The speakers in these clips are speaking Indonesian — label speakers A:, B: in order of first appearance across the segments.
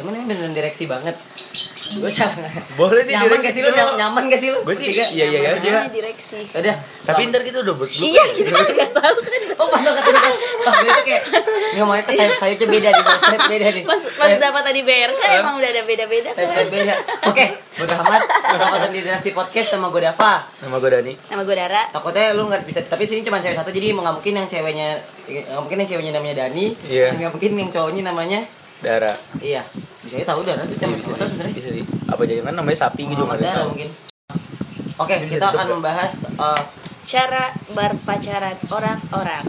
A: Emang ini beneran direksi banget. Gue sangat.
B: Boleh sih
A: nyaman
B: direksi
A: gak sih lu?
B: dulu.
A: Nyaman, nyaman gak sih lu?
B: Gue sih
A: Tiga.
B: iya iya
C: Nyaman
B: aja.
C: aja direksi
A: Udah.
B: Tapi ntar gitu, kita udah berdua.
C: iya kita kan nggak tahu kan
A: Oh pas lo ketemu pas- pas dia tuh kayak ini ngomongnya ke sayap sayapnya beda nih, sayap beda nih.
C: pas pas
B: Eh.
C: dapat tadi BRK emang udah ada kan? beda beda
A: Sayap sayap beda. Oke, bodo amat. Selamat di Dinasti Podcast sama gue Dava.
B: Nama gue Dani.
C: nama gue Dara
A: Takutnya lu nggak bisa, tapi sini cuma cewek satu jadi mau nggak mungkin yang ceweknya, nggak mungkin yang ceweknya namanya Dani,
B: Iya.
A: nggak mungkin yang cowoknya namanya,
B: Dara.
A: iya, bisa tahu Dara, kita
B: Iya,
A: bisa tahu sebenarnya.
B: Bisa sih. Apa jangan namanya sapi gitu
A: Muhammad
B: nggak ada
A: Oh, Dara
B: tahu.
A: mungkin. Oke,
B: Bisa
A: kita akan
B: ditebak.
A: membahas eh,
C: cara berpacaran orang-orang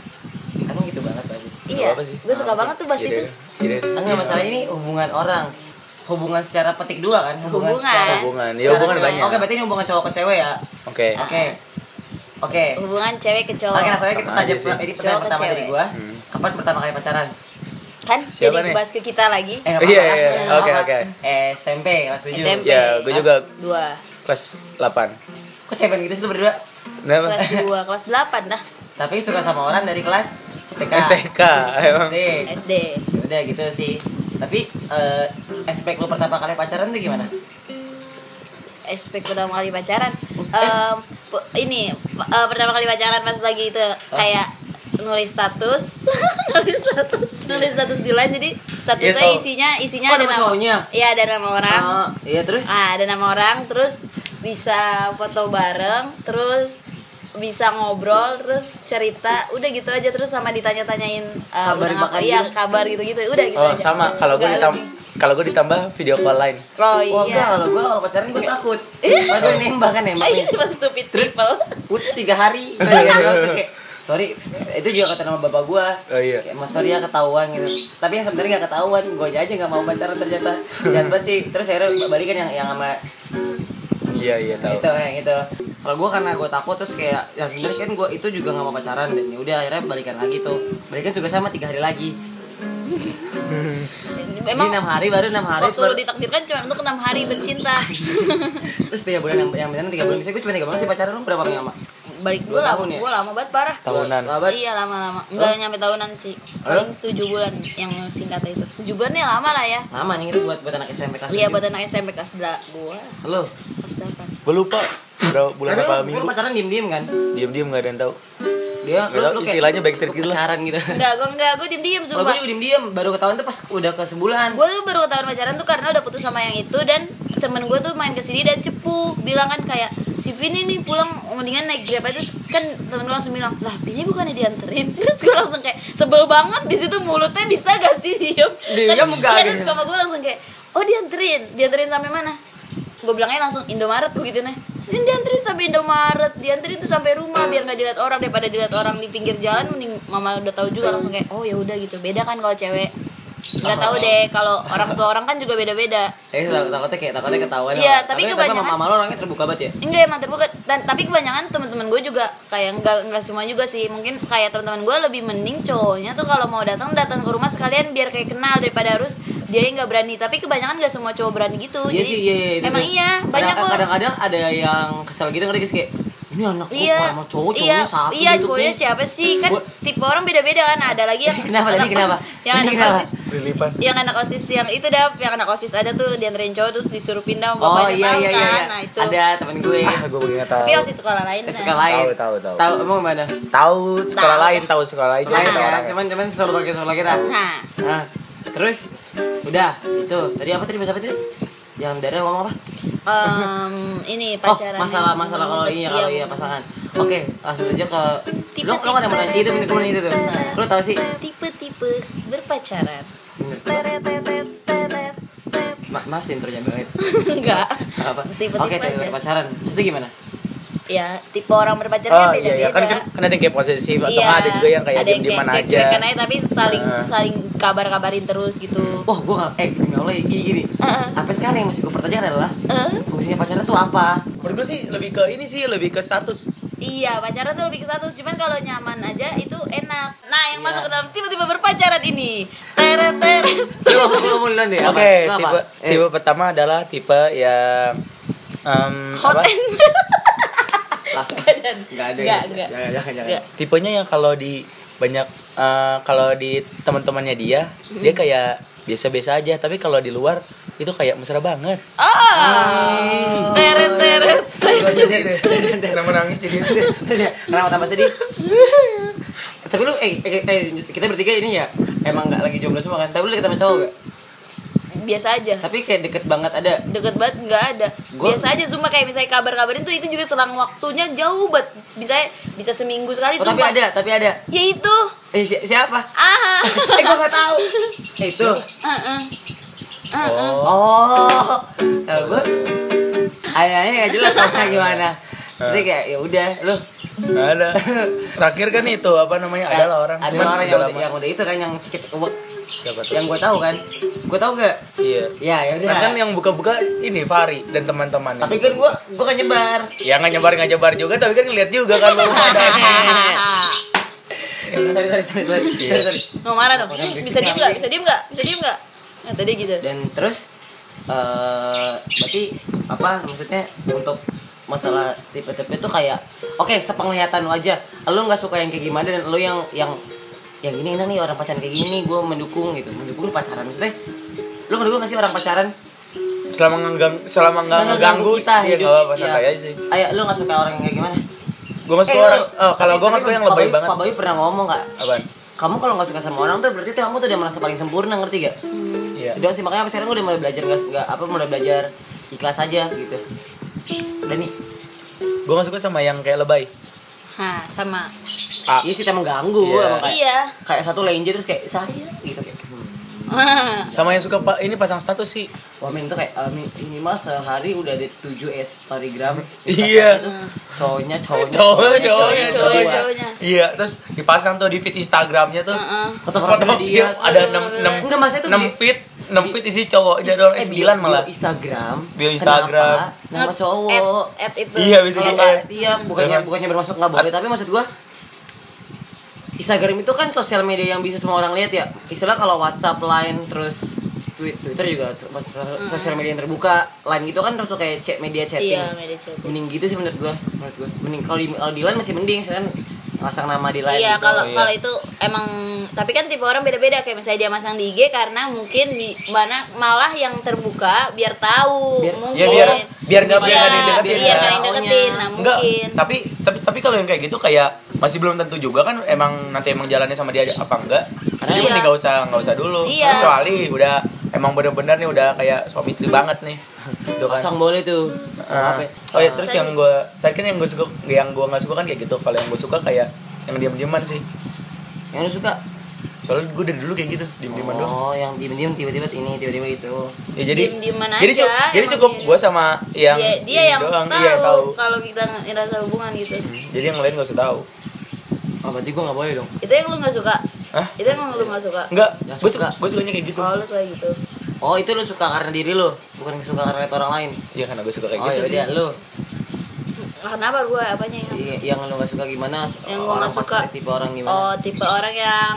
A: emang gitu banget pasti.
B: Nggak
C: iya
B: apa-apa sih.
C: gue suka banget tuh bahas
B: Iya
C: itu
B: deh, iya deh.
A: Enggak masalah ini hubungan orang. Hubungan secara petik dua kan?
C: Hubungan.
A: secara
B: Hubungan. Ya
A: secara
B: hubungan
A: cewek.
B: banyak.
A: Oke, berarti ini hubungan cowok ke cewek ya.
B: Oke.
A: Oke. Oke.
B: iya.
C: hubungan cewek ke
A: Oke,
C: cowok
A: rasanya kita
B: Sama
A: tanya
B: aja sih.
A: ini pertanyaan
C: Cowok ke
A: pertama dari
C: cewek.
A: gua.
B: Hmm.
A: Kapan pertama kali pacaran?
C: kan
B: Siapa nih?
C: jadi bahas ke kita lagi
A: Eh, nggak
B: Iya,
A: apa-apa,
B: iya,
A: nggak
B: iya. Oke,
A: apa-apa.
B: oke.
A: SMP kelas 7.
C: SMP.
B: Ya, gue juga
C: dua
B: kelas Nah, 8
A: Kok cewek gitu sih lu berdua?
B: Kenapa?
C: kelas dua kelas delapan lah
A: Tapi suka sama orang dari kelas TK.
B: TK emang.
A: SD.
C: SD
A: Udah gitu sih. Tapi eh aspek lu pertama kali pacaran tuh gimana?
C: aspek Eh, pertama kali pacaran Em, pu- ini p- eh, pertama kali pacaran pas lagi itu kayak nulis status nulis status nulis status di line jadi statusnya
B: Iya, tau.
C: isinya isinya
A: Oh,
C: ada
A: nama
C: nama
A: cowoknya?
C: iya ada nama orang
A: Eh, iya terus?
C: ah, ada nama orang terus bisa foto bareng terus bisa ngobrol terus cerita udah gitu aja terus sama ditanya-tanyain eh,
A: Kabar
C: udah ngapa-
A: makan
C: iya
A: gitu.
C: kabar gitu-gitu udah gitu
B: Oh
C: aja
B: sama. Kalau gue
C: Nggak
B: ditambah
C: lebih.
B: kalau gue ditambah video call lain.
C: oh
A: Wah, enggak,
C: iya
A: kalau gue kalau pacaran gue takut. Padahal gue nembak kan nembak nih.
C: Iya, cuma stupid people.
A: Uts tiga hari. Tiga hari doang tuh kayak, Sorry, itu juga kata nama bapak gue.
B: Oh, iya.
A: Kayak, "Mas, sorry ya ketahuan gitu. Tapi yang sebenarnya nggak ketahuan, gue aja nggak mau pacaran ternyata. Jahat banget sih. Terus akhirnya balikan yang yang sama
B: Iya iya tahu.
A: itu yang itu. Kalau gue karena gue takut terus kayak yang sebenarnya kan gue itu juga nggak mau pacaran dan ya udah akhirnya balikan lagi tuh. Balikan juga sama tiga hari lagi. Jadi
C: Emang
A: enam hari baru enam hari.
C: waktu lu
A: baru-
C: ditakdirkan cuma untuk enam hari bercinta.
A: terus tiga bulan yang yang beneran tiga bulan. Misalnya gue cuma tiga bulan sih pacaran lu berapa lama?
C: Balik gue
A: Dua
C: lama,
A: tahun ya?
C: gue lama banget parah.
B: Tahunan.
A: Lama banget. Oh.
C: Iya lama-lama, enggak nyampe tahunan sih. Paling tujuh bulan yang singkat itu. Tujuh bulan ya lama lah ya.
A: Lama anjing itu buat buat anak SMP kelas.
C: Iya
A: tujuh.
C: buat anak SMP kelas dua, gue
A: Lu
C: kelas delapan.
B: Gue lupa berapa bulan
A: Tapi
B: apa
A: lu-
B: minggu.
A: Lu pacaran diem-diem kan?
B: Diam-diam nggak ada yang tahu.
A: Dia
B: Nggak tahu, istilahnya baik trik gitu lah.
A: Pacaran gitu.
C: Enggak, gue enggak, gue diem-diem
A: Kalau gue
C: sumpah.
A: juga diem-diem, baru ketahuan tuh pas udah ke sebulan.
C: Gue tuh baru ketahuan pacaran tuh karena udah putus sama yang itu dan temen gue tuh main kesini dan cepu bilang kan kayak si Vini nih pulang mendingan naik grab aja terus kan temen gue langsung bilang lah Vini bukannya dianterin terus gue langsung kayak sebel banget di situ mulutnya bisa gak sih diem
A: Diem
C: Kan-
A: nggak
C: kan
A: gitu.
C: terus sama gue langsung kayak oh dianterin dianterin sampai mana gue bilangnya langsung Indomaret gue gitu nih Sini dianterin sampai Indomaret dianterin tuh sampai rumah biar nggak dilihat orang daripada dilihat orang di pinggir jalan mending mama udah tahu juga langsung kayak oh ya udah gitu beda kan kalau cewek nggak tahu deh kalau orang tua orang kan juga beda-beda
A: Eh, tak- takutnya kayak takutnya ketahuan.
C: Iya,
A: sama-
C: tapi
A: sama
C: kebanyakan-
A: mama lo orangnya terbuka banget ya.
C: enggak emang terbuka Dan- tapi kebanyakan teman-teman gue juga kayak enggak enggak semua juga sih mungkin kayak teman-teman gue lebih mending cowoknya tuh kalau mau datang datang ke rumah sekalian biar kayak kenal daripada harus dia yang nggak berani tapi kebanyakan nggak semua cowok berani gitu
A: Iya
C: Jadi,
A: sih, iya, iya, itu
C: emang
A: tuh.
C: iya banyak
A: Kadang-
C: kok
A: Kadang-kadang ada yang kesel gitu ngerti guys, kayak ini anak kok
C: Iya,
A: sama cowok
C: iya,
A: cowoknya sapi gitu."
C: iya,
A: bentuknya."
C: cowoknya siapa sih? Kan
A: Gua-
C: tipe orang beda-beda kan. Ada lagi yang
A: Kenapa, Lani, kenapa?
C: Yang
A: Lani,
C: anak
A: kenapa?
C: osis,
B: Lilipan.
C: yang anak osis yang itu dah, yang anak osis ada tuh dianterin cowok terus disuruh pindah sama
A: Oh
C: bapaknya
A: iya
C: tahu
A: iya iya.
C: kan.
A: iya.
C: Nah, itu.
A: Ada teman gue.
B: Ah gue begini tahu.
C: Tapi osis sekolah lain.
A: Ke
C: nah.
A: sekolah Eh, lain.
B: Tahu, tahu, tahu.
A: Tahu emang mana?
B: Tahu sekolah
C: Tahu.
B: lain, tahu sekolah lain.
A: Lain
B: tahu
A: ya,
B: orangnya.
A: cuman cuman sekolah kita sekolah kita.
C: Nah,
A: Nah, terus udah itu tadi apa tadi bahasa apa tadi? Yang dari ngomong apa?
C: em, ini pacaran.
A: Oh, masalah masalah kalau iya kalau iya pasangan. Oke, langsung aja ke lo lo kan yang mau nanya itu bener bener itu tuh.
C: Iya.
A: Lo tau sih?
C: Tipe-tipe berpacaran.
A: Bener. Ma mas intronya banget.
C: Enggak.
A: Apa?
C: Tipe-tipe
A: Oke, tipe
C: aja.
A: pacaran. Terus Itu gimana?
C: Ya, tipe orang berpacaran
B: Oh
C: kan
B: iya iya kan
C: beda-beda.
B: kan- kan ada yang kayak posesif atau
C: Iya,
B: nggak ada juga yang kayak
C: ada
B: diem di
C: kayak
B: mana aja.
C: cuek-cuekan aja tapi saling
B: Nah.
C: saling kabar-kabarin terus gitu.
A: Wah, gua nggak eh demi Allah ya, gini gini.
C: Heeh.
A: Sampai sekarang yang masih gue pertanyaan adalah
C: Eh,
A: fungsinya pacaran tuh apa?
B: Menurut gue sih lebih ke ini sih lebih ke status.
C: iya, pacaran tuh lebih ke status, cuman kalau nyaman aja itu enak. Nah, yang
A: Iya.
C: masuk ke dalam tiba-tiba berpacaran ini. Teret teret.
A: Coba lo mau duluan deh.
B: Oke,
A: apa? Lo apa?
B: tipe
A: Eh,
B: tipe pertama adalah tipe yang em,
C: Hot
B: apa?
C: and
A: langsung.
C: badan.
A: Nggak ada.
C: Nggak,
A: ya?
C: nggak.
A: Jangan jangan jangan.
C: Nggak.
B: Tipenya yang kalau di banyak eh, kalau di teman-temannya dia, dia kayak biasa-biasa aja tapi kalau di luar itu kayak mesra banget
C: Ah, teret teret. teret.
A: Gua jadi deh.
D: Kenapa nangis jadi
A: Kenapa tambah sedih? Tapi lu eh, eh, eh, kita bertiga ini ya emang nggak lagi jomblo semua kan? Tapi lu deket sama cowok gak?
C: Biasa aja.
A: Tapi kayak deket banget ada.
C: Deket banget nggak ada.
A: Gua-
C: Biasa aja sumpah kayak misalnya kabar-kabarin tuh itu juga selang waktunya jauh banget. Bisa bisa seminggu
A: Oh,
C: sekali
A: tapi
C: sumpah.
A: ada, tapi ada.
C: Ya itu.
A: Eh si- siapa?
C: Ah.
A: Eh gua nggak tahu. Eh, itu.
C: Ah, ah. Ah, ah.
A: Oh. Kalau gua ayahnya nggak jelas orangnya gimana. Jadi kayak ya udah lu
B: ada terakhir kan itu apa namanya ada lah orang
A: ada
B: cuman
A: orang
B: udah
A: yang udah,
B: lama.
A: yang udah itu kan yang cekek cekek
B: siapa tuh
A: yang gua tahu kan gua tahu gak
B: iya
A: ya ya udah
B: kan yang buka-buka ini Fari dan teman-teman
A: tapi kan gua gua kan nyebar
B: ya nggak nyebar nggak nyebar juga tapi kan ngeliat juga kan lu
A: Iya,
B: ada
A: sorry sorry sorry sorry,
B: Iya.
A: sorry, sorry.
C: Mau marah dong. Bisa diem nggak? Bisa diem nggak? Bisa diem nggak? Nah tadi gitu.
A: dan terus eh berarti apa maksudnya untuk masalah tipe-tipe itu kayak oke sepenglihatan lu aja lu nggak suka yang kayak gimana dan lu yang yang yang gini enak nih orang pacaran kayak gini gue mendukung gitu mendukung lu pacaran maksudnya lu mendukung gak sih orang pacaran
B: selama nggak selama nggak
A: Nggak
B: ngeganggu
A: kita
B: ya nggak
A: hidup.
B: apa-apa
A: Iya.
B: santai aja sih
A: ayo lu nggak suka orang yang kayak gimana Eh,
B: gue masuk
A: lu-
B: orang oh, kalau
A: tapi- kan
B: gue
A: tapi
B: masuk yang
A: Pak
B: lebay
A: Bayu-
B: banget
A: Pak Bayu pernah ngomong gak
B: apaan
A: kamu kalau nggak suka sama orang tuh berarti tuh kamu tuh udah merasa paling sempurna ngerti gak?
B: iya
A: Udah sih makanya sampai sekarang gue udah mulai belajar nggak nggak apa mulai belajar ikhlas aja gitu. Udah nih.
B: gue nggak suka sama yang kayak lebay
C: Hah, sama.
B: Ah.
A: Iya sih emang ganggu
B: Iya.
A: emang kayak,
C: Iya.
A: kayak satu lenjer terus kayak saya gitu kayak. hmm.
B: sama yang suka pak ini pasang status sih
A: Wah men tuh kayak eh, mi- minimal sehari udah ada 7 S storygram.
B: Iya.
A: Cowoknya cowoknya.
B: Cowoknya,
A: Mm. cowoknya,
B: cowoknya,
A: cowoknya.
B: cowoknya. iya terus dipasang tuh di feed Instagramnya tuh
C: Heeh.
A: Foto-foto dia.
B: ada enam enam
A: Enggak, maksudnya tuh
B: enam
A: di-
B: feed enam feed isi cowok jadi orang
A: Eh,
B: sembilan
A: bio-
B: malah
A: bio Instagram.
B: Bio Instagram.
A: Kenapa? Nama cowok.
C: At, at itu.
B: Iya, bisa
A: Kalau
B: di
A: nggak-
B: add.
A: iya bukannya
B: Jangan.
A: bukannya bermasuk nggak boleh tapi maksud gua Instagram itu kan sosial media yang bisa semua orang lihat ya istilah kalau WhatsApp Line terus Twi- Twitter juga ter- mas-
C: Hmm.
A: sosial media yang terbuka Line gitu kan terus kayak chat media chatting
C: Iya, media chatting.
A: mending gitu sih menurut gua menurut gua mending kalau di, kalau di Line masih mending kan pasang nama di Line
C: Iya
A: gitu.
C: kalau
B: iya.
C: kalau itu emang tapi kan tipe orang beda-beda kayak misalnya dia masang di IG karena mungkin di mana malah yang terbuka biar tahu
A: Biar-
C: mungkin
B: ya biar biar nggak biar
C: Iya,
B: nggak dideketin
C: biar
B: ya.
C: nggak dideketin nah
B: Enggak,
C: mungkin
B: tapi tapi tapi kalau yang kayak gitu kayak masih belum tentu juga kan emang nanti emang jalannya sama dia apa enggak. Karena
C: Iya.
B: emang nggak usah nggak usah dulu.
C: Iya.
B: Kecuali udah emang bener-bener nih udah kayak suami istri banget nih. Gitu kan.
A: pasang boleh tuh
B: Ah.
A: Apa ya?
B: oh ya terus yang gue tadi kan yang gue suka yang gue nggak suka kan kayak gitu. Kalau yang gue suka kayak yang diam-diaman sih.
A: yang lu suka
B: Soalnya gue dari dulu kayak gitu diam-diaman doang.
A: oh yang diem-diem tiba-tiba ini tiba-tiba itu
B: Ya jadi
C: Diem-dieman
B: jadi,
C: aja,
B: cu- jadi
C: emang
B: cukup
C: iya.
B: gue sama yang
C: dia, dia
B: ini
C: yang
B: doang.
C: tahu,
B: Iya, yang tahu.
C: kalau kita ngerasa hubungan gitu
B: Jadi yang lain gak usah tahu.
A: oh berarti gua nggak boleh dong
C: itu yang lu nggak suka
B: Hah?
C: itu yang lu nggak suka
B: Enggak,
A: Nggak
B: gue suka,
A: suka.
B: gue sukanya kayak gitu.
C: kalau lu suka gitu
A: Oh itu lu suka karena diri lu, bukan suka karena liat orang lain.
B: Iya karena gue suka kayak
A: oh
B: gitu sih.
A: iya lu,
C: kenapa gue apanya yang
B: Iya,
A: I- yang lu gak suka gimana?
C: yang gue
A: orang
C: nggak suka
A: pas tipe orang
C: oh
A: gimana?
C: tipe orang yang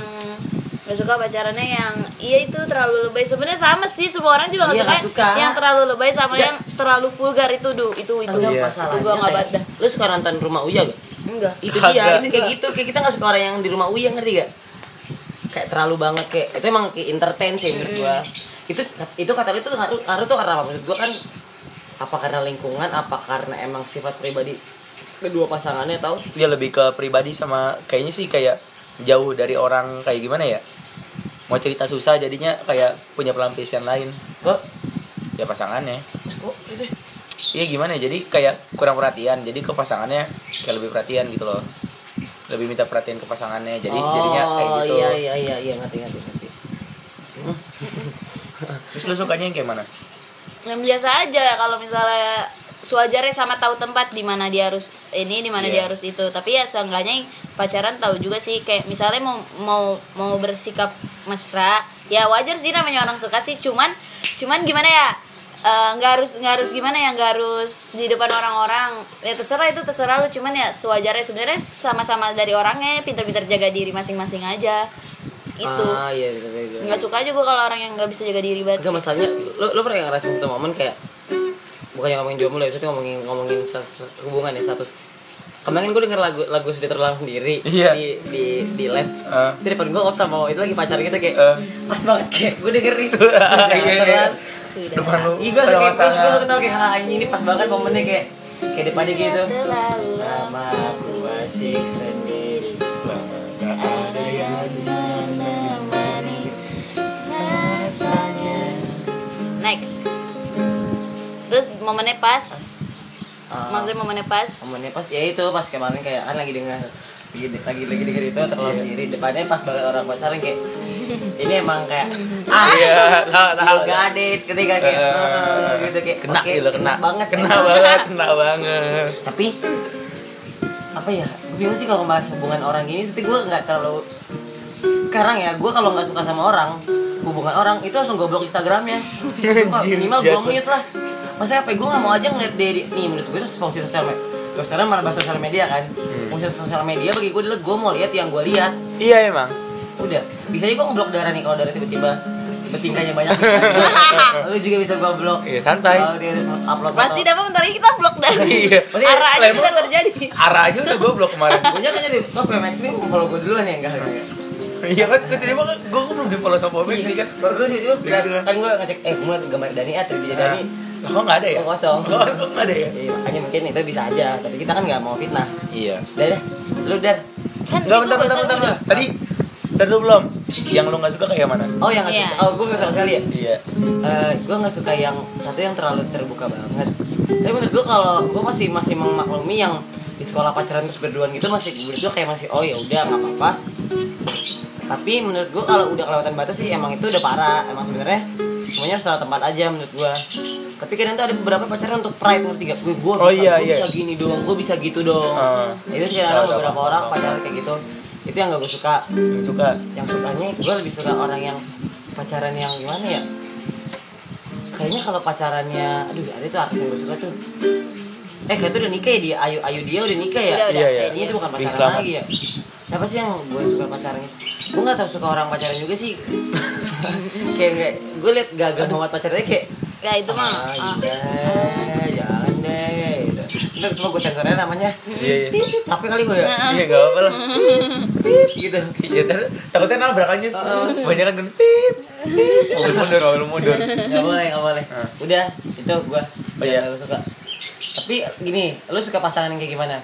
C: nggak suka pacarannya yang iya itu terlalu lebay sebenarnya sama sih semua orang juga nggak
A: Iya,
C: suka,
A: nggak suka.
C: yang terlalu lebay sama yang terlalu vulgar itu du itu itu
A: Enggak,
B: Iya.
A: masalahnya
C: itu gue nggak
A: kayak-
C: baca
A: Lu suka nonton rumah Uya gak?
C: enggak
A: Itu dia,
B: Kagak.
A: itu kayak gitu. Kayak kita gak suka orang yang di rumah Uya ngerti gak? Kayak terlalu banget kayak itu emang kayak entertain sih menurut gua. Itu itu kata lu itu ngaruh ngaruh tuh karena apa? Maksud gua kan apa karena lingkungan, apa karena emang sifat pribadi kedua pasangannya tau?
B: Dia lebih ke pribadi sama kayaknya sih kayak jauh dari orang kayak gimana ya? Mau cerita susah jadinya kayak punya pelampiasan lain
A: Kok?
B: ya pasangannya.
A: Kok itu?
B: Iya gimana? ya, Jadi kayak kurang perhatian. Jadi ke pasangannya kayak lebih perhatian gitu loh. Lebih minta perhatian ke pasangannya. Jadi jadinya kayak gitu.
A: Oh, iya iya iya iya ngerti ngerti ngerti.
B: Terus lu sukanya yang kayak mana?
C: yang biasa aja ya, kalau misalnya suajarnya sama tahu tempat di mana dia harus ini di mana
B: Iya.
C: dia harus itu tapi ya seenggaknya yang pacaran tahu juga sih kayak misalnya mau mau mau bersikap mesra ya wajar sih namanya orang suka sih cuman cuman gimana ya eh, nggak harus nggak harus gimana ya nggak harus di depan orang-orang ya terserah itu terserah lu cuman ya sewajarnya sebenarnya sama-sama dari orangnya pinter-pinter jaga diri masing-masing aja itu
A: Ah iya gitu gitu.
C: nggak suka juga kalau orang yang nggak bisa jaga diri banget
A: Enggak masalahnya lo lo pernah nggak ngerasain satu momen kayak bukannya ngomongin jomblo ya, maksudnya ngomongin ngomongin status hubungan ya status kemarin gue denger lagu lagu sedih terlalu sendiri
B: Iya.
A: di di di live
B: Eh.
A: itu depan gue op sama itu lagi pacar kita kayak
B: Eh.
A: pas banget kayak gue denger nih
B: Iya, iya.
C: Sudah.
B: depan lu
A: Iya, gue suka kayak
B: sama
A: gue suka
B: pasangan.
A: ketawa kayak "Ah, anjing ini pas banget momennya kayak kayak depannya gitu.
C: Terlalu
A: Lama aku masih sendiri.
B: Lama gak ada yang
C: Next. Terus momennya pas.
A: Ah,
C: Maksudnya momennya pas.
A: momennya pas ya itu pas kemarin kayak kan lagi denger lagi lagi lagi denger itu terlalu
B: Iya.
A: sendiri depannya pas banget orang pacaran kayak ini emang kayak ah
B: Iya, tahu, tahu.
A: gak ada ketika kayak
B: Eh,
A: "Ah," gitu kayak
B: kena
A: oke,
B: gitu kena
A: banget
B: kena banget kena banget
A: tapi apa ya gue bingung sih kalau ngebahas hubungan orang gini tapi gue nggak terlalu sekarang ya gue kalau nggak suka sama orang hubungan orang itu langsung gue blok instagramnya Sumpah,
B: Anjir,
A: minimal gue
B: jatuh.
A: mute lah maksudnya apa gue nggak mau aja ngeliat dia di- nih menurut gue itu fungsi sosial media terus sekarang malah bahas sosial media kan fungsi sosial media bagi gue dulu gue mau lihat yang gue lihat
B: iya emang
A: udah bisa aja gue ngeblok darah nih kalau darah tiba-tiba bertingkahnya banyak lu juga bisa gue blok
B: Iya, santai.
A: Kalau dia upload
C: Pasti
A: foto.
C: dapat bentar lagi kita blok dari
B: Iya.
C: arah aja kan.
B: Lemon.
C: sudah terjadi.
B: arah aja udah gue blok kemarin
A: Punya kan jadi top ya Max Mim kalau gue duluan ya enggak enggak.
B: iya kan gue tiba gue belum di follow sama Bobby sih kan
A: Baru gue tiba-tiba
B: Iya, gitu.
A: kan gue ngecek eh gue liat gambar Dani ah trivia Dani.
B: Lah, Iya, kok nggak ada ya
A: Kok kosong?
B: kok kok nggak ada ya
A: Iya, makanya mungkin itu bisa aja, tapi kita kan nggak mau fitnah.
B: iya
A: Udah deh, lu dar.
C: Kan
B: nggak
C: itu
B: bentar bentar
C: barusan
B: bentar
C: udah.
B: bentar. tadi tadi lu belum yang lu nggak suka kayak mana
A: Oh yang nggak
C: Iya.
A: suka, oh gue nggak sama sekali ya.
B: iya
A: Eh, gue nggak suka yang satu yang terlalu terbuka banget. Tapi menurut gue kalau gue masih masih memaklumi yang di sekolah pacaran terus berduaan gitu masih menurut gue kayak masih oh ya udah nggak apa-apa. Tapi menurut gue kalau udah kelewatan batas sih emang itu udah parah. Emang sebenarnya semuanya harus tahu tempat aja menurut gue. Tapi kadang tuh ada beberapa pacaran untuk pride ngerti gak? Gue gue
B: Oh, iya, iya.
A: bisa gini dong, gue bisa gitu dong.
B: Ah.
A: itu sih kadang
B: Tahu, tahu,
A: beberapa
B: tahu,
A: orang
B: tahu.
A: pacaran kayak gitu. Itu yang gak gue suka
B: nggak suka
A: yang sukanya gue lebih suka orang yang pacaran yang gimana ya kayaknya kalau pacarannya aduh ada tuh artis yang gue suka tuh eh kayak tuh udah nikah ya dia ayu ayu dia udah nikah ya
C: Udah, udah.
B: Iya, iya.
A: kayaknya itu bukan
B: Bing
A: pacaran
B: Slamet.
A: lagi ya siapa sih yang gue suka pacarannya gue nggak tau suka orang pacaran juga sih kayak nggak gue liat gagah banget pacarannya kayak
C: Ya itu mah.
A: ah iya
C: ah.
A: deh, jangan deh gitu. Ntar semua gue sensornya namanya
B: iya iya
A: tapi kali gue ya
B: iya gak apa-apa lah
A: gitu
B: Iya, ntar takutnya nabrakannya
A: Heeh.
B: banyak kan pip pip mobil mundur mobil mundur
A: Gak boleh, gak boleh.
B: Ah.
A: Udah, itu gua.
B: Oh,
A: Yang
B: iya.
A: gua suka. Tapi gini, lu suka pasangan yang kayak gimana?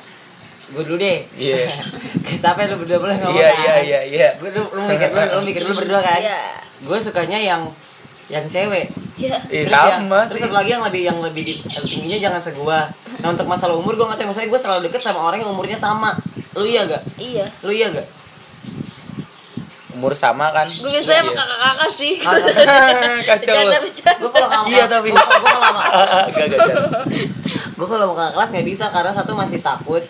A: Gue dulu deh.
B: Iya.
A: Kita apa ya, lu berdua boleh ngomong?
B: iya iya iya iya
A: Gue lu, lu mikir dulu, lu mikir dulu berdua kan?
C: Iya.
A: Gue sukanya yang yang cewek.
C: Ya.
B: Iya,
A: Terus ya,
B: sama
A: terus
B: sih
A: satu lagi yang lebih yang lebih di- tingginya jangan segua. Nah, untuk masalah umur gua nggak tahu, maksudnya gue selalu deket sama orang yang umurnya sama. Lu iya gak?
C: Iya.
A: Lu iya gak?
B: umur sama kan
C: Gue biasanya sama
B: Iya.
C: kakak-kakak sih.
B: kacau lu.
C: Bercanda-bercanda.
A: Gue kalau nggak
B: iya tapi
A: gua kalau gua kalau nggak-
B: gak gak gak.
A: gue kalau mau ke kelas nggak bisa karena satu masih takut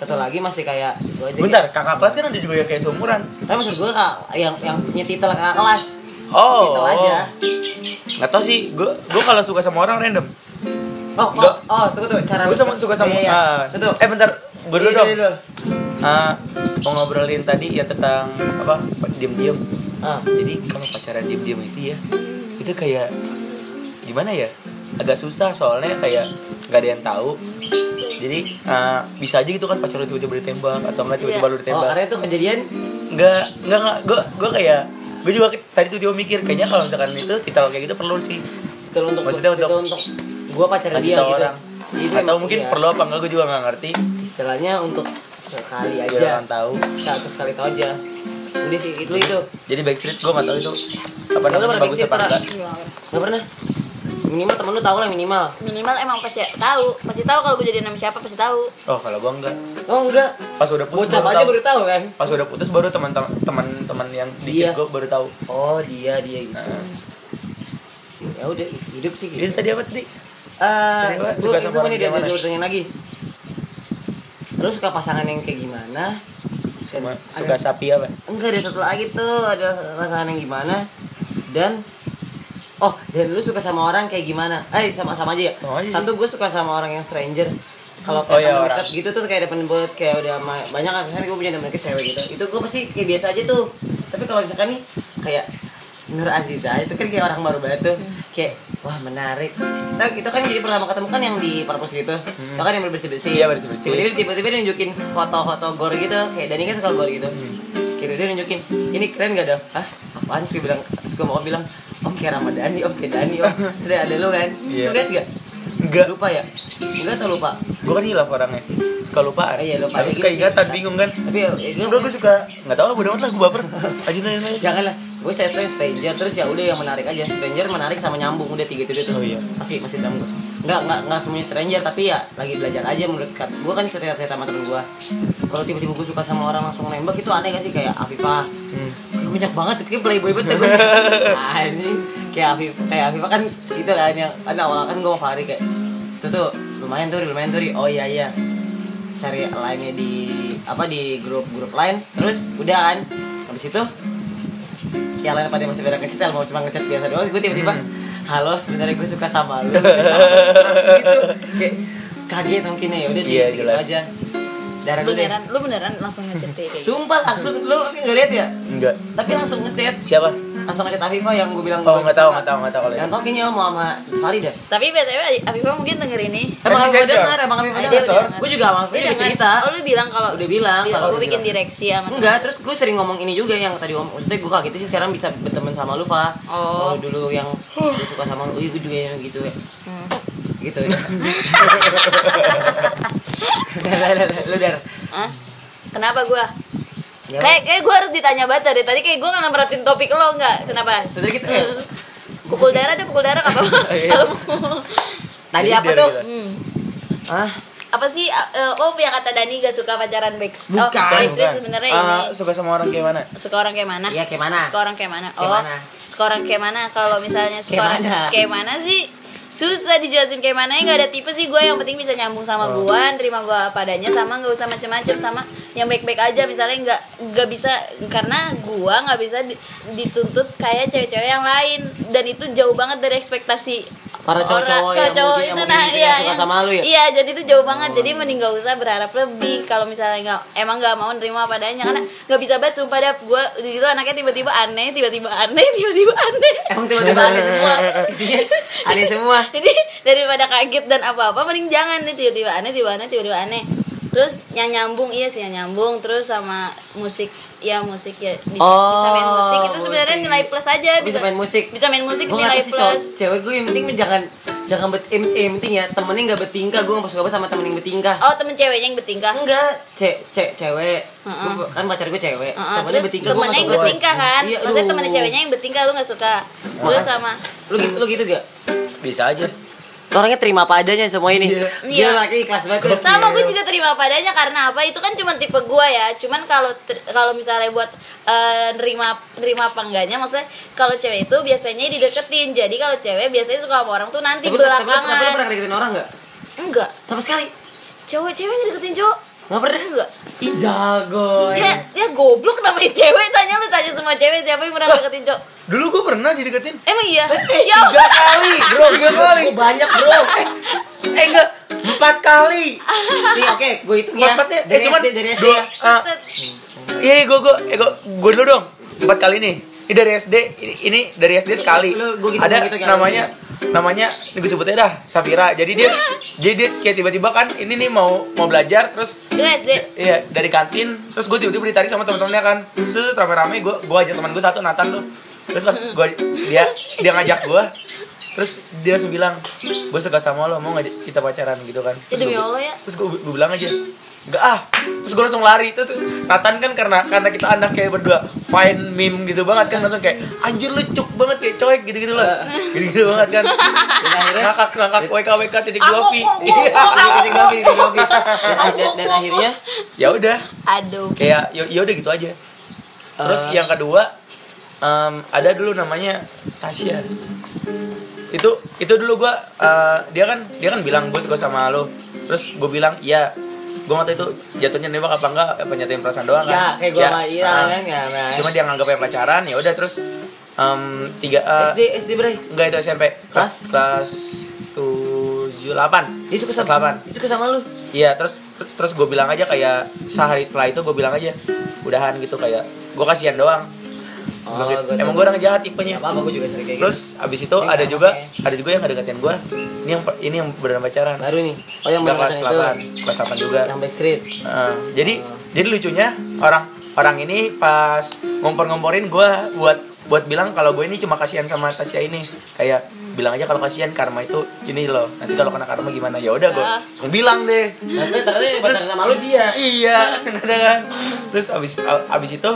A: satu lagi masih kayak itu aja
B: bentar kakak kelas kan ada juga yang kayak seumuran
A: tapi maksud gue kak yang yang punya titel kakak kelas
B: oh
A: titel Gitu aja
B: nggak tau sih gue gue kalau suka sama orang random
A: oh oh,
B: Gak.
A: oh tunggu tuh cara
B: gue sama suka sama
A: Iya, iya.
B: ah.
A: Tuh, tuh.
B: eh bentar gue dulu
A: Iya,
B: dong
A: iya, iya.
B: Ah, mau ngobrolin tadi ya tentang apa diem diem
A: Ah.
B: jadi kalau pacaran diem diem itu ya itu kayak gimana ya agak susah soalnya kayak nggak ada yang tahu jadi ah, bisa aja gitu kan pacar lu tiba-tiba ditembak atau nggak tiba-tiba
C: Iya.
B: lu
A: oh
B: ditembak
A: karena itu kejadian
B: nggak nggak nggak gue gue kayak gue juga ke- tadi tuh dia mikir kayaknya kalau misalkan itu titel kayak gitu perlu sih
A: titel untuk
B: Maksudnya
A: titel
B: untuk-
A: untuk gue pacar
B: kasih
A: dia
B: tahu
A: gitu
B: orang atau
A: emang-
B: mungkin
A: iya.
B: perlu apa enggak gue juga nggak ngerti
A: istilahnya untuk sekali
B: biar
A: aja
B: orang tahu
A: satu sekali tahu aja udah sih itu itu
B: jadi backstreet gue nggak tahu itu
A: Lu
B: apa
A: pernah
B: namanya bagus
A: Backstreet,
B: apa
A: pernah?
B: enggak
C: Iya.
A: nggak pernah minimal temen lu tahu lah minimal
C: Minimal emang pasti tahu, pasti tahu kalau gue jadi nama siapa pasti tahu.
B: oh kalau gue enggak
A: oh enggak
B: pas udah putus
A: bocah
B: baru
A: aja
B: tahu.
A: baru tahu kan
B: pas udah putus baru teman teman teman yang
A: Iya.
B: dikit gue baru tahu
A: Oh dia dia gitu.
B: Heeh.
A: Ya udah hidup sih
B: jadi
A: gitu.
B: tadi apa tadi
A: Eh,
B: Jadi, Pak,
A: gua
B: suka
A: itu
B: sama
A: mana
B: orang
A: dia
B: gimana?
A: ada tanya lagi. Lu suka pasangan yang kayak gimana?
B: sama
A: Ada-
B: suka sapi apa
A: Enggak ada satu lagi tuh ada pasangan yang gimana dan Oh, dan lu suka sama orang kayak gimana? Eh, sama-sama aja ya.
B: Sama aja sih.
A: Satu gue suka sama orang yang stranger. Kalau
B: iya. Oh, iya,
A: kayak temen
B: orang.
A: dekat gitu tuh kayak ada buat kayak udah ma- banyak kan misalnya gue punya temen deket cewek gitu. Itu gue pasti kayak biasa aja tuh. Tapi kalau misalkan nih kayak Nur Aziza itu kan kayak orang baru banget tuh. Kayak Wah menarik. Nah, kita kan jadi pertama ketemu kan yang di perpus gitu. Kita kan yang bersih bersih.
B: Iya, bersih-bersih.
A: Tiba-tiba tiba-tiba dia nunjukin foto-foto gor gitu. Kayak Dani kan suka gor gitu. Gitu dia nunjukin. Ini keren gak Dav? Hah? Apaan sih bilang? Terus gue mau bilang, Om kayak Ramadhani, Om kayak Dani, Om. Sudah ada lu kan?
B: Iya.
A: Sudah lihat gak?
B: Enggak,
A: Lupa ya? Enggak atau lupa?
B: gue kan hilaf orangnya Suka lupaan
A: Ah, iya, lupa.
B: Tapi
A: Iya,
B: suka
A: gitu sih.
B: ingatan, bingung kan
A: Tapi ya, ya,
B: Enggak, gue suka Gak tau lah, bodo amat lah, gue baper Lanjut, lanjut, lanjut
A: janganlah gue saya tren stranger terus ya udah yang menarik aja stranger menarik sama nyambung udah tiga tiga tuh
B: Oh, iya.
A: masih masih dalam gue nggak nggak nggak semuanya stranger tapi ya lagi belajar aja menurut kat gue kan cerita cerita sama temen gue kalau tiba-tiba gue suka sama orang langsung nembak itu aneh gak sih kayak Afifah
B: Hmm.
A: kayak banyak banget kayak playboy banget gue anjing kayak Afif kayak Afifah kan itu kan yang kan awal kan gue mau Fahri kayak itu tuh lumayan tuh Ri, lumayan tuh Ri." oh iya iya cari line-nya di apa di grup-grup lain terus udah kan habis itu yang lain pada masih pada ngechat mau cuma ngechat biasa doang gue tiba-tiba
B: Hmm.
A: halo sebenarnya gue suka sama lu gitu kayak kaget mungkin ya udah sih
B: Iya,
A: segitu
B: jelas.
A: aja darah
C: Lu
A: gue deh
C: beneran, lu beneran langsung ngechat dia kayak gitu.
A: sumpah langsung lu nggak lihat ya
B: Enggak
A: tapi langsung ngechat
B: Siapa?
A: langsung ngechat Afifah yang gue bilang
B: Oh,
A: gue
B: nggak tahu,
A: suka.
B: nggak tahu, nggak tahu kalau itu.
A: yang tau kayaknya mau sama Fari dah
C: Tapi BTW Afifah mungkin denger ini.
A: emang
B: Nanti
A: Afifah
B: sensor.
A: dengar emang Afifah
C: Nanti
A: dengar
C: sensor.
A: gue juga sama Fari
C: Dia
A: udah
C: denger.
A: cerita
C: Oh, lu Oh, bilang kalau
A: Udah bilang, kalau
C: gue
A: udah
C: bikin
A: bilang. Hmm.
C: direksi sama
A: Enggak, terus gue sering ngomong ini juga yang tadi om, maksudnya gue kaget sih sekarang bisa berteman sama lu, Fa.
C: Oh.
A: Kalau dulu yang gue suka sama lu, "Ih, gue juga yang gitu ya.
C: Hmm.
A: Gitu ya. Lah, lah, lah, lah, Lu dar.
C: Hah? Kenapa gua?
A: Ya,
C: Kayak kayak gua harus ditanya banget dari tadi kayak gua nggak merhatiin topik lo nggak? Kenapa?
A: Sebenarnya kita eh,
C: Pukul darah deh, pukul darah apa?
B: Iya.
C: Kalau mau.
A: tadi
B: Jadi
A: apa
B: biar gitu.
A: tuh?
B: kita-
C: Hmm.
A: Ah,
C: Apa sih eh, oh yang kata Dani gak suka pacaran backstreet? Oh,
A: Bukan,
C: backstreet sebenarnya
B: Kan Ah,
C: ini
B: Suka sama orang kayak mana?
C: suka orang kayak mana?
A: Iya, kayak mana?
C: Suka orang kayak mana?
A: Kayak
C: Oh,
A: mana?
C: suka orang kayak mana? Kalau misalnya suka
A: Kayak
C: orang
A: mana?
C: kayak mana sih? Susah dijelasin kayak mana ya nggak ada tipe sih gue yang penting bisa nyambung sama
A: Oh.
C: gue, terima gue padanya sama nggak usah macem-macem sama yang baik-baik aja misalnya nggak nggak bisa karena gue nggak bisa di- dituntut kayak cewek-cewek yang lain dan itu jauh banget dari ekspektasi
A: Para
C: orang-
A: cowok-cowok yang
C: cowok-cowok
A: mungkin- yang
C: itu nah
A: mungkin
C: iya,
A: tidak suka sama lu ya?
C: iya jadi itu jauh banget
A: Oh.
C: jadi mending gak usah berharap lebih kalau misalnya nggak emang nggak mau nerima apa adanya karena nggak bisa banget sumpah dap gue itu anaknya tiba-tiba aneh tiba-tiba aneh tiba-tiba aneh
A: emang tiba-tiba aneh semua. Isinya aneh semua.
C: jadi daripada kaget dan apa-apa mending jangan nih tiba-tiba aneh tiba-tiba aneh tiba-tiba aneh terus yang nyambung iya sih yang nyambung terus sama musik ya musik ya bisa,
A: Oh,
C: bisa main musik itu sebenarnya
A: musik.
C: nilai plus aja
A: Bisa main musik.
C: bisa main musik
A: Gue
C: nilai
A: ngasih sih
C: plus
A: cowok- cewek gue yang penting jangan jangan bet em, em, penting ya temennya nggak bertingkah gue nggak suka banget sama temen yang bertingkah
C: oh temen ceweknya yang bertingkah
A: enggak ce ce cewek
C: Heeh.
A: Gua- kan pacar gue cewek
C: Heeh,
A: temennya
C: terus
A: bertingkah gua
C: temennya
A: nggak
C: yang
A: suka.
C: bertingkah kan
A: Iya,
C: maksudnya
A: aduh.
C: temennya ceweknya yang bertingkah lu nggak suka terus sama
A: lu gitu lu gitu gak
B: Bisa aja
A: orangnya terima apa adanya semua ini
B: Iya.
A: Gila,
C: Iya.
A: laki ikhlas banget ya.
C: sama gue juga terima padanya karena apa itu kan cuma tipe gue ya cuman kalau ter- kalau misalnya buat eh, nerima nerima apa enggaknya maksudnya kalau cewek itu biasanya dideketin jadi kalau cewek biasanya suka sama orang tuh nanti
A: tapi lu- tapi lu- tapi lu pernah
C: belakangan
A: deketin orang gak
C: enggak
A: sama sekali
C: cewek-cewek yang deketin cowok
A: nggak pernah
C: enggak
A: ih jago
C: ya ya goblok namanya cewek tanya lu tanya semua cewek siapa yang pernah deketin cowok
B: Dulu gue pernah dideketin
C: emang iya ya
B: Tiga kali Bro, tiga kali
A: Gua banyak bro
B: Eh enggak Empat kali
A: Nih oke gue hitung ya Ah,
B: Empat-empatnya Eh
A: Dari
B: cuman
A: SD dari SD
B: dua-
A: ya
B: ah, Iya, gue gue eh gue gue dulu dong. Empat kali nih. Ini dari SD, ini, ini dari SD sekali.
A: lu- gua gitu-
B: Ada
A: gua gitu kayak
B: namanya namanya ini gue sebutnya dah Safira. Jadi dia jadi dia kayak tiba-tiba kan ini nih mau mau belajar terus
C: itu SD
B: Iya dari kantin terus gue tiba-tiba ditarik sama temen-temennya kan set rame-rame gue gue ajak teman gue satu Nathan tuh terus pas gue dia dia ngajak gue terus dia langsung bilang gue suka sama lo mau ngajak kita pacaran gitu kan
C: Ya,
B: terus
C: demi
B: gua-
C: Allah ya.
B: terus gue, gue bilang aja enggak ah terus gue langsung lari terus Nathan kan karena karena kita anak kayak berdua fine meme gitu banget kan langsung kayak anjir lu cuk banget kayak coek gitu gitu loh gitu gitu banget kan
A: akhirnya-
B: ngakak ngakak wkwk titik dua v
C: Aku kok-
B: Iya.
A: Titik-titik doang, titik-titik doang. Dan- dan- dan akhirnya
B: ya udah
C: aduh
B: kayak ya ya udah gitu aja terus
A: Eh.
B: yang kedua em, ada dulu namanya Tasya itu itu dulu gua eh, dia kan dia kan bilang gue suka sama lo terus gue bilang iya gue waktu itu jatuhnya nembak apa enggak apa nyatain perasaan doang
A: Ya,
B: kan
A: kayak gua sama Ira
B: ah.
A: kan, ya, nah.
B: cuma dia nganggapnya pacaran ya udah terus em, tiga eh,
A: SD SD Bray
B: enggak itu SMP kelas kelas tujuh delapan
A: dia suka
B: Kelas
A: sama
B: delapan.
A: dia suka sama lu
B: Iya terus terus gue bilang aja kayak sehari setelah itu gue bilang aja udahan gitu kayak gue kasihan doang
A: Oh, gua tahu.
B: emang gue orang jahat tipenya
A: Gak apa-apa gue juga sering kayak gitu.
B: terus abis itu
A: Ini
B: ada
A: nggak
B: juga
A: apa-apa
B: ada juga yang nggak deketin gue ini yang per- ini yang beneran pacaran
A: baru nih. Oh yang
B: Nggak,
A: mana
B: kelas 8 kelas 8 juga
A: Yang Backstreet.
B: Heeh. jadi jadi lucunya orang orang ini pas ngompor-ngomporin gue buat buat bilang kalau gue ini cuma kasihan sama Tasya ini kayak bilang aja kalau kasihan karma itu ini loh nanti kalau kena karma gimana ya udah gue
C: Ah.
B: langsung bilang deh
A: Nah, terus ternyata pacaran sama lu dia.
B: iya ada kan terus abis abis itu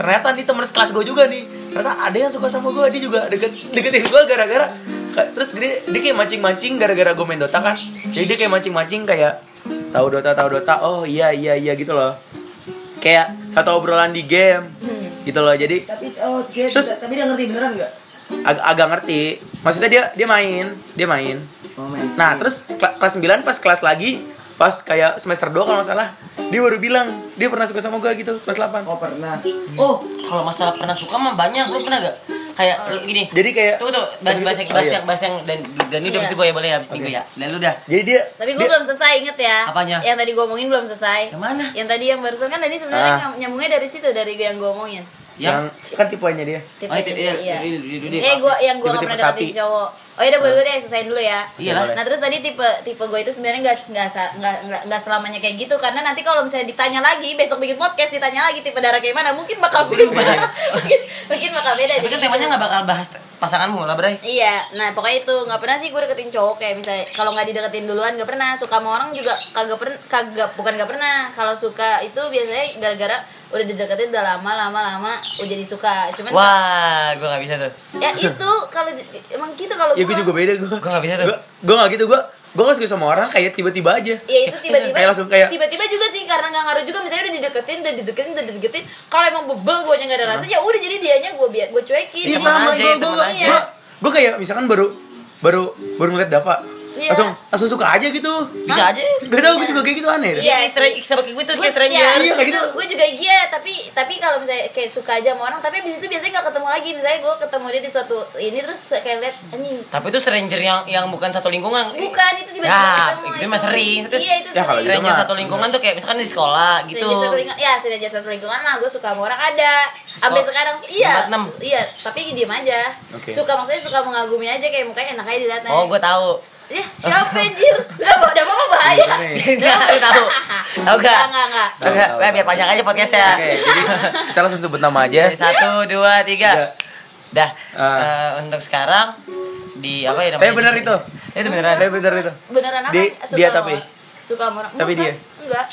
B: ternyata nih teman sekelas gue juga nih ternyata ada yang suka sama gue dia juga deket deketin gue gara-gara ka- terus dia, dia kayak mancing-mancing gara-gara gue main Dota kan jadi dia kayak mancing-mancing kayak tahu Dota tahu Dota oh iya iya iya gitu loh kayak satu obrolan di game
A: Hmm.
B: gitu loh jadi
A: Tapi oh dia
B: Terus-
A: juga- tapi dia ngerti beneran enggak?
B: ag- agak ngerti maksudnya dia dia main dia main
A: Oh, main
B: Nah,
A: street.
B: terus kela- kelas 9 pas kelas lagi, pas kayak semester 2 kalau nggak salah, dia baru bilang dia pernah suka sama gue gitu, kelas 8.
A: Oh pernah. Oh kalau masalah pernah suka mah banyak lu pernah gak? Kayak lu gini.
B: Jadi kayak
A: Tuh tuh bahas bahas yang
B: Oh,
A: bahas
B: iya.
A: yang bahas yang dan dan ini udah
C: Iya.
A: mesti gue ya boleh ya habis ini gue ya. Dan lu udah.
B: Jadi dia
C: Tapi gue
B: dia-
C: belum selesai inget ya.
A: Apanya?
C: Yang tadi gue omongin belum selesai.
A: Yang mana?
C: Yang tadi yang barusan kan tadi sebenarnya
B: Ah.
C: nyam- nyambungnya dari situ dari yang gue omongin.
B: yang
A: Yang
B: kan tipuannya dia.
C: Tipe
A: Oh, itu- iya, itu- itu- itu- itu-
C: Eh gue yang gue
B: Tipe-tipe
C: nggak pernah
B: sapi.
C: deketin cowok. Oh iya udah gue dulu deh selesai dulu ya.
A: Iya lah.
B: Boleh.
C: Nah terus tadi tipe tipe gue itu sebenarnya nggak nggak sa- nggak nggak- nggak selamanya kayak gitu karena nanti kalau misalnya ditanya lagi besok bikin podcast ditanya lagi tipe darah kayak mana mungkin bakal beda mungkin, mungkin bakal beda.
A: Tapi
C: Jadi
A: kan
C: gitu.
A: temanya nggak bakal bahas pasanganmu lah Bray.
C: Iya, nah pokoknya itu nggak pernah sih gue deketin cowok kayak misalnya kalau nggak dideketin duluan nggak pernah suka sama orang juga kagak pernah kagak bukan nggak pernah kalau suka itu biasanya gara-gara udah dideketin udah lama lama lama udah jadi suka cuman
A: Wah, gue gak bisa tuh.
C: ya itu kalau emang gitu kalau
B: Ya gue juga beda gue.
A: Gua nggak bisa tuh.
B: Gue gue nggak gitu gue. Gue nggak suka sama orang kayak tiba-tiba aja.
C: Ya itu tiba-tiba
B: Kayak langsung kayak-
C: tiba-tiba juga sih karena nggak ngaruh juga misalnya udah dideketin udah dideketin udah dideketin kalau emang bebel gue nggak ada rasa ya udah jadi dianya gue biar gue cuekin
B: Iya
A: temen
B: sama
A: aja,
B: gue
A: temen
B: gue
A: aja.
B: gue gue kayak misalkan baru baru baru ngeliat Dava.
C: Iya.
B: Langsung langsung suka aja gitu.
A: Bisa aja.
B: Gak tau gue juga kayak gitu aneh.
A: Jadi
C: Iya.
A: sering sama kayak gue tuh
C: gue
A: kayak sering
C: ya,
B: Iya, kayak gitu.
C: gue juga iya tapi tapi kalau misalnya kayak suka aja sama orang tapi abis itu biasanya nggak ketemu lagi misalnya gue ketemu dia di suatu ini terus kayak lihat anjing
A: Tapi itu stranger yang yang bukan satu lingkungan.
C: bukan itu tiba-tiba
A: Ya,
C: ketemu,
A: itu mah sering. Terus-
C: iya itu
B: Ya, kalau
C: sering
B: gitu
A: Stranger
B: mah-
A: satu lingkungan tuh kayak misalkan di sekolah gitu.
C: Stranger satu lingkungan, ya stranger satu lingkungan mah gue suka sama orang ada Sampai
A: Oh,
C: sekarang, iya,
A: empat, enam.
C: iya, tapi diem aja
B: Oke.
C: Suka maksudnya suka mengagumi aja, kayak mukanya enak aja dilihatnya
A: Oh, gue tahu.
C: Ya, siapa anjir? Udah, udah apa bahaya
B: Gimana nih?
A: Nggak, lu tahu. Tahu nggak?
C: Enggak, enggak, enggak
B: Tahu,
A: Enggak,
B: tahu,
A: eh,
B: tahu.
A: biar panjang aja podcastnya.
B: Oke, jadi kita langsung sebut nama
A: Dari
B: aja.
A: Satu,
C: Iya.
A: dua, tiga. Dah.
B: Iya. Ah.
A: eh, untuk sekarang di apa ya namanya?
B: Tapi benar itu.
A: Itu beneran.
B: Tapi Iya, bener itu.
C: Beneran apa?
B: Di-
C: suka
B: dia
C: sama
B: tapi-
C: orang? Suka sama orang?
B: tapi
C: Enggak,
B: dia.
C: Enggak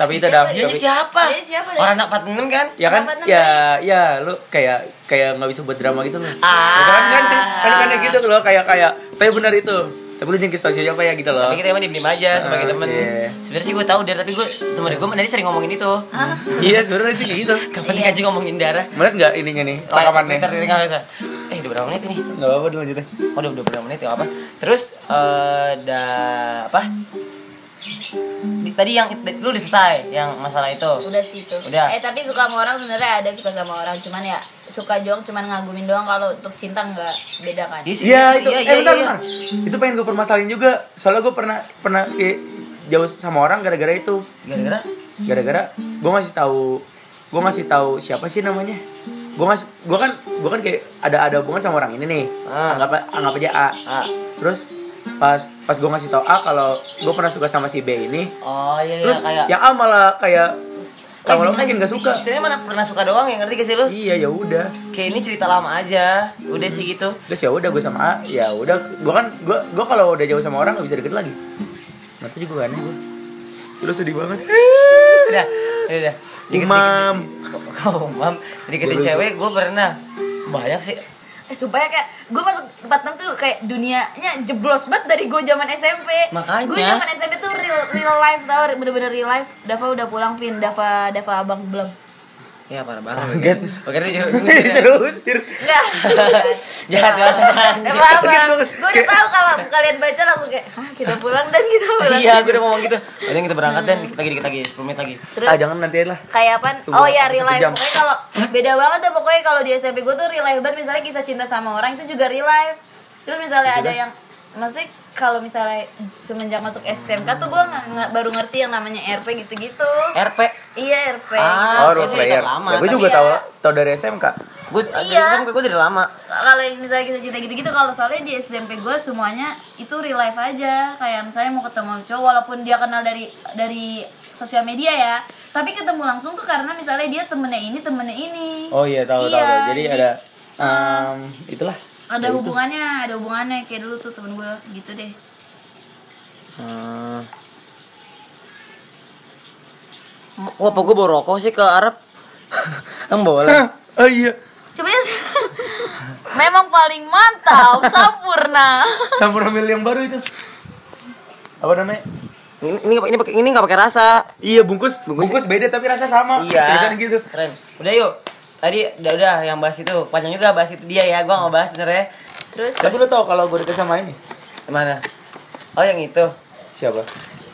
B: Tapi itu
C: Siapa
B: ada.
C: dia?
A: Dia siapa?
C: Dia siapa, Dah?
A: Orang anak 46 kan?
B: ya kan
C: Kenapa
B: ya ya lu kayak kayak nggak bisa buat drama gitu loh
A: Ah.
B: Ya kan kan kan- kan kan kayak gitu loh kayak kayak tapi benar itu tapi lu jangan kasih siapa ya gitu loh
A: Tapi kita emang diem-diem aja sebagai
B: Ah,
A: temen
B: iya.
A: Sebenernya sih gue tahu Dar, tapi gue temen gue dari sering ngomongin itu
C: Ah,
B: iya sebenarnya sih kayak gitu
A: Kapan
C: iya.
A: sih anjing ngomongin darah?
B: melihat nggak ininya nih rekamannya
A: Twitter, Twitter, Twitter. Eh, udah berapa menit ini?
B: nggak apa-apa dulu lanjutin
A: Oh, udah udah berapa menit ya apa? Terus eh da apa? Di- Tadi yang lu udah selesai yang masalah itu.
C: Ah, Udah sih itu
A: Udah.
C: Eh tapi suka sama orang sebenarnya ada suka sama orang Cuman ya suka doang cuman ngagumin doang kalau untuk cinta enggak beda kan
A: Iya, sih,
B: Iya itu, eh bentar,
A: iya.
B: bentar. Itu pengen gue permasalahin juga. Soalnya gue pernah pernah kayak jauh sama orang gara-gara itu.
A: Gara-gara
B: gara-gara gue masih tahu gue masih tahu siapa sih namanya gue mas gue kan gue kan kayak ada ada hubungan sama orang ini nih
A: Ah.
B: anggap anggap aja A
A: Ah.
B: terus pas pas gue ngasih tahu A kalau gue pernah suka sama si B ini
A: Oh iya, iya
B: terus
A: kayak
B: yang A malah kayak kalau
A: Kayak
B: mungkin
A: sih,
B: gak suka
A: Istilahnya mana pernah suka doang yang ngerti gak sih lu?
B: iya ya udah
A: Kayak ini cerita lama aja. Udah sih gitu.
B: terus ya udah gue sama A ya udah gue kan gue gue kalau udah jauh sama orang gak bisa deket lagi nggak tahu juga aneh gue terus sedih banget
A: Udah, udah. udah. Dikit-
B: Imam.
A: dikit- Kau mam, dikitin
B: Boleh.
A: cewek gue pernah. Banyak sih.
C: Eh supaya kayak gue masuk tempat tuh kayak dunianya jeblos banget dari gue zaman SMP.
A: Makanya.
C: Gue zaman SMP tuh real real life tau bener-bener real life. Dava udah pulang Vin, Dava Dava abang belum.
A: Ya parah
B: Kaget.
A: banget. Oke, dia juga-
B: seru usir
C: Enggak.
A: Jahat banget.
C: Apa apa?
B: Gitu.
C: Gue udah tahu kalau kalian baca langsung kayak, "Hah, kita pulang dan kita pulang."
A: Iya, gue udah ngomong gitu. Ayo kita berangkat dan dikit lagi dikit lagi 10 menit lagi.
C: Terus
B: ah jangan nanti lah
C: kayak apaan?
B: Tunggu,
C: Oh ya
B: satu
C: real life.
B: jam.
C: Pokoknya kalau beda banget deh pokoknya kalau di SMP gue tuh real life banget misalnya kisah cinta sama orang itu juga real life. Terus misalnya
B: Gitu kan?
C: ada yang maksudnya kalau misalnya semenjak masuk SMK tuh gue nggak nggak- baru ngerti yang namanya RP gitu-gitu.
A: RP.
C: Iya RP.
A: Ah,
B: Oh,
A: itu juga
B: role player.
A: lama,
B: Ya, gue
A: tapi
B: juga
C: ya-
B: tahu tahu dari SMK.
A: Gue iya.
C: Iya.
A: gue udah lama.
C: kalau yang misalnya kita cerita gitu-gitu kalau soalnya di SMP gue semuanya itu real life aja kayak misalnya mau ketemu cowok walaupun dia kenal dari dari sosial media ya tapi ketemu langsung tuh karena misalnya dia temennya ini temennya ini
B: Oh iya tahu tahu.
C: Iya,
B: tahu. Jadi ada em, itulah. Ya,
C: ada
B: itu.
C: hubungannya ada hubungannya kayak dulu tuh temen gue gitu deh
A: Hmm.
B: Eh,
A: Wah, apa gue bawa rokok sih ke Arab? Emang boleh.
B: ah, oh iya.
C: coba ya memang paling mantap sampurna
B: Campur hamil yang baru itu. Apa namanya?
A: Ini ini ini pakai ini nggak pakai rasa.
B: Iya bungkus.
A: Bungkus-
B: Bungkus, beda tapi rasa sama. Seriusan gitu.
A: Keren. Udah yuk. Tadi udah udah yang bahas itu panjang juga bahas itu dia ya. Gua nggak bahas sebenarnya.
C: terus
B: Tapi lu tau kalau gue deket sama ini
A: Mana? Oh yang itu.
B: siapa?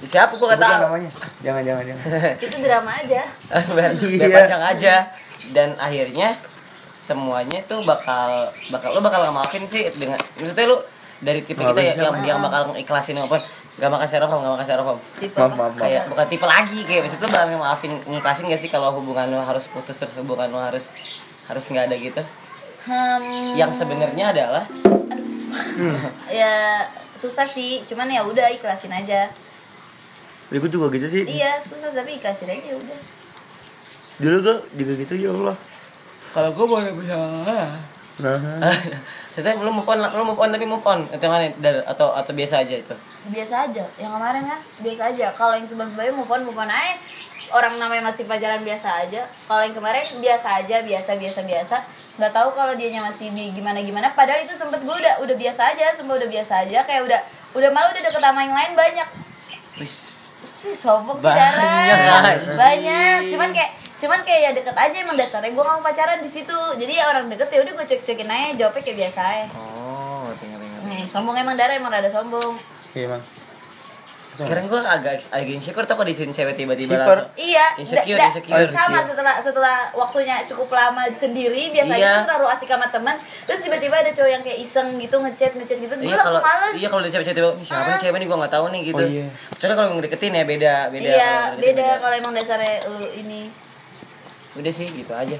A: Siapa gua nggak
B: Sebutkan
A: tahu.
B: namanya. Jangan jangan jangan.
C: itu drama aja
A: biar, biar
B: Iya.
A: panjang aja dan akhirnya semuanya tuh bakal bakal lo bakal maafin sih dengan maksudnya lu dari tipe kita
B: Maafin
A: ya, yang yang bakal ikhlasin apa gak makan serofom gak makan serofom
C: tipe
B: maaf
C: apa?
B: maaf maaf.
A: kayak bukan tipe lagi kayak maksud tuh bakal maafin ngiklasin gak sih kalau hubungan lo harus putus terus hubungan lo harus harus nggak ada gitu
C: Hmm,
A: yang sebenarnya adalah
C: ya susah sih cuman ya udah ikhlasin aja
B: Ya, gue juga gitu sih.
C: iya susah tapi ikhlasin aja udah
B: Dulu gue juga gitu ya Allah.
A: kalau gue boleh bisa ya.
B: Nah.
A: Maksudnya lu move on, lu move on tapi move on itu yang mana Dar- atau atau biasa aja itu.
C: biasa aja yang kemarin kan biasa aja kalau yang sebelum sebelumnya move on move on aja orang namanya masih pacaran biasa aja kalau yang kemarin biasa aja biasa biasa biasa nggak tahu kalau dianya masih bi- gimana gimana padahal itu sempet gue udah udah biasa aja semua udah biasa aja kayak udah udah malu udah deket sama yang lain banyak
A: Wis.
C: sih sobok sih
A: Banyak, Iya.
C: Dara.
A: anjing.
C: banyak cuman kayak cuman kayak ya deket aja emang dasarnya gue nggak mau pacaran di situ jadi ya orang deket ya udah gue cek cekin aja jawabnya kayak biasa aja
A: Oh, tinggal tinggal.
C: hmm, sombong emang Dara emang rada sombong
B: Iya emang.
A: Sekarang gua agak agak insecure tau kok ditin cewek tiba-tiba
B: Shiver.
A: langsung.
C: Iya,
A: Insecure,
C: da- da-
A: insecure.
B: Insecure.
C: sama setelah setelah waktunya cukup lama sendiri
A: Iya.
C: biasanya tuh terlalu asik sama teman, terus tiba-tiba ada cowok yang kayak iseng gitu ngechat ngechat gitu, gue
A: Iya kalau
C: langsung males. Ah.
A: iya kalau udah cewek tiba nih siapa nih cewek nih gua nggak tahu nih gitu.
B: Oh, iya.
A: Soalnya kalau ngedeketin ya beda beda.
C: Iya,
A: Kalau ngedeketin
C: beda kalau emang dasarnya lu ini.
A: Udah sih gitu aja.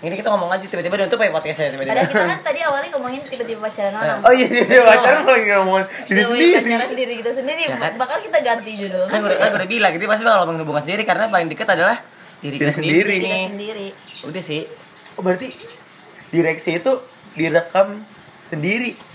A: Ini kita ngomong aja tiba-tiba dan tuh pakai podcast saya tiba-tiba.
C: Padahal kita kan tadi awalnya ngomongin tiba-tiba pacaran
A: Eh.
C: orang.
B: Oh iya iya iya, pacaran malah ngomongin diri
C: Ngomongin
B: sendiri.
C: iya, pacaran diri kita sendiri,
A: Ya kan?
C: bakal kita ganti judul.
A: Kan gua udah, kan gua udah bilang, jadi pasti bakal ngomongin hubungan sendiri karena paling deket adalah diri kita
B: Diri sendiri.
A: sendiri.
C: Kita sendiri.
A: Udah sih.
B: Oh, berarti direksi itu direkam sendiri.